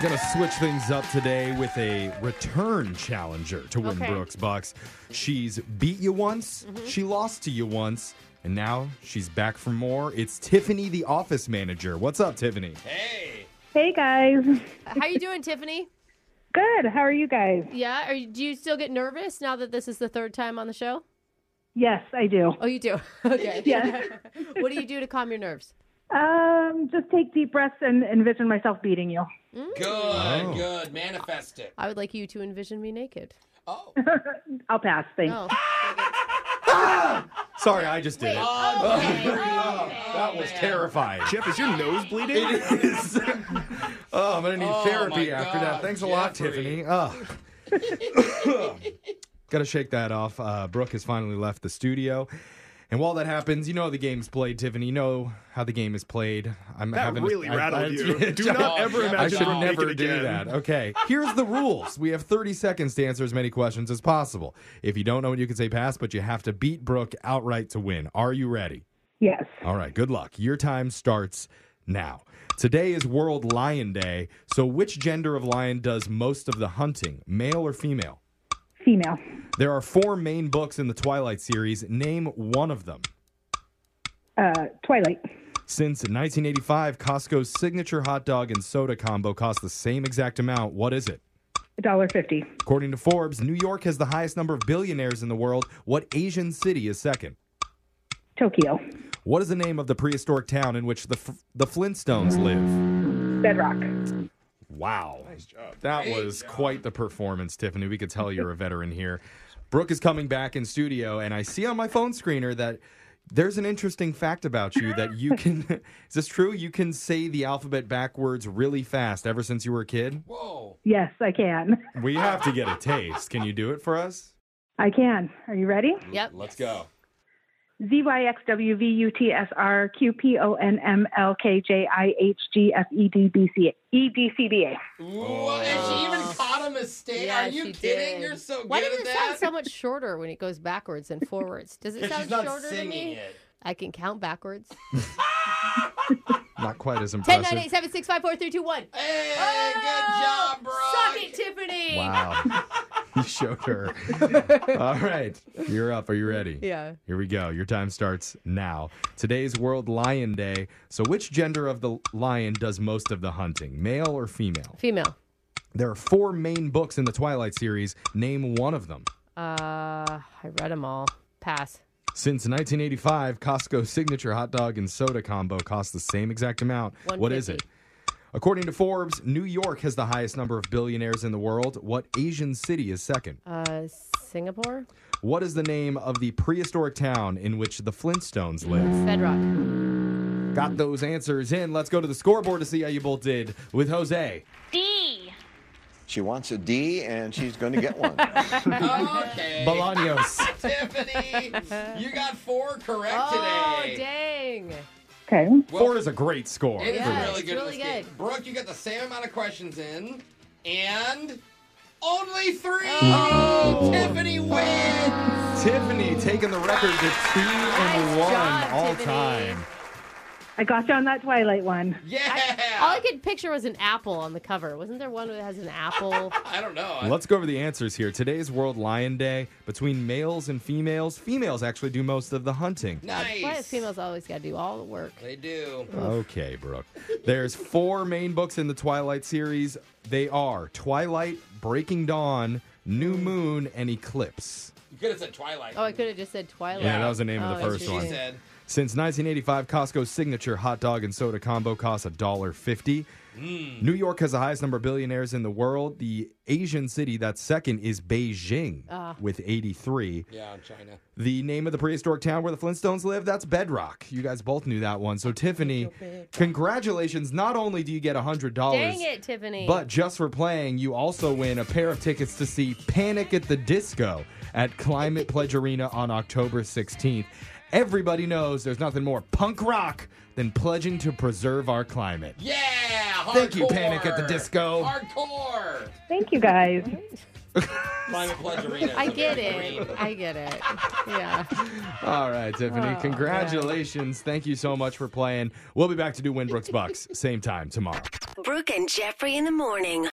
Gonna switch things up today with a return challenger to win Okay. Brooks Bucks. She's beat you once, she lost to you once, and now she's back for more. It's Tiffany, the office manager. What's up, Tiffany? Hey guys. How you doing, Tiffany? Good. How are you guys? Yeah. Are you, do you still get nervous now that this is the third time on the show? Yes, I do. Oh, you do. okay. Yeah. what do you do to calm your nerves? Um, just take deep breaths and envision myself beating you. Good, Oh. good. Manifest it. I would like you to envision me naked. Oh. I'll pass. Thanks. Oh. Ah! Sorry, I just did it. that was terrifying. Jeff, is your nose bleeding? It is. oh, I'm gonna need Oh, therapy my after that. God, Thanks a lot, Jeffrey. Tiffany. Ugh. Gotta shake that off. Uh, Brooke has finally left the studio. And while that happens, you know how the game's played, Tiffany. You know how the game is played. I'm That having a- really I- rattled I- you. Do not Oh, ever yeah, I imagine should Brooke never naked do again. that. Okay. Here's the rules. We have 30 seconds to answer as many questions as possible. If you don't know it, you can say pass, but you have to beat Brooke outright to win. Are you ready? Yes. All right, good luck. Your time starts now. Today is World Lion Day. So, which gender of lion does most of the hunting, male or female? Female. There are four main books in the Twilight series. Name one of them. Uh, Twilight. Since 1985, Costco's signature hot dog and soda combo costs the same exact amount. What is it? $1.50. According to Forbes, New York has the highest number of billionaires in the world. What Asian city is second? Tokyo. What is the name of the prehistoric town in which the, F- the Flintstones live? Bedrock. Wow. Nice job. That was quite the performance, Tiffany. We could tell you're a veteran here. Brooke is coming back in studio, and I see on my phone screener that there's an interesting fact about you that you can. is this true? You can say the alphabet backwards really fast ever since you were a kid? Whoa. Yes, I can. We have to get a taste. Can you do it for us? I can. Are you ready? Yep. Let's go. Z Y X W V U T S R Q P O N M L K J I H G F E D B C E D C B A. What? And she even caught a mistake. Oh. Yeah, Are you she kidding? did. You're so Why good does at it that. sound so much shorter when it goes backwards and forwards? Does it 'Cause sound she's not shorter to singing me? it. I can count backwards. Not quite as Ten, impressive. nine, eight, seven, six, five, four, three, two, one. Hey, Oh, good job, bro. Suck it, Tiffany. Wow. you showed her. All right. You're up. Are you ready? Yeah. Here we go. Your time starts now. Today's World Lion Day. So, which gender of the lion does most of the hunting, male or female? Female. There are four main books in the Twilight series. Name one of them. Uh, I read them all. Pass. Since 1985, Costco's signature hot dog and soda combo costs the same exact amount. What is it? 150. According to Forbes, New York has the highest number of billionaires in the world. What Asian city is second? Uh, Singapore. What is the name of the prehistoric town in which the Flintstones live? Bedrock. Hmm. Got those answers in. Let's go to the scoreboard to see how you both did with Jose. D. She wants a D, and she's going to get one. Okay. Bolaños. Tiffany, you got four correct Oh, today. dang. Okay. Four is a great score. It is Yeah, a really it's good really mistake. good. Brooke, you got the same amount of questions in, and only three. Oh. Tiffany wins. Tiffany taking the record to two and Nice one job, all Tiffany. time. I got you on that Twilight one. Yeah. All I could picture was an apple on the cover. Wasn't there one that has an apple? I don't know. I- Let's go over the answers here. Today's World Lion Day. Between males and females, females actually do most of the hunting. nice. Why do females always got to do all the work? They do. Okay, Brooke. There's four main books in the Twilight series. They are Twilight, Breaking Dawn, New Hmm. Moon, and Eclipse. You could have said Twilight. Oh, I could have just said Twilight. Yeah, that was the name of the Oh, first She one. said. Since 1985, Costco's signature hot dog and soda combo costs $1.50. New York has the highest number of billionaires in the world. The Asian city that's second is Beijing Ah. with 83. Yeah, China. The name of the prehistoric town where the Flintstones live, that's Bedrock. You guys both knew that one. So, Tiffany, congratulations. Not only do you get $100, Dang it, Tiffany. But just for playing, you also win a pair of tickets to see Panic at the Disco at Climate Pledge Arena on October 16th. Everybody knows there's nothing more punk rock than pledging to preserve our climate. Yeah. Thank you, hardcore. Panic at the Disco. Hardcore. Thank you guys. Climate Pledge Arena. I get it. I get it. Yeah. All right, Tiffany, Oh, congratulations. Thank you so much for playing. We'll be back to do Winbrook's Bucks same time tomorrow. Brooke and Jeffrey in the morning.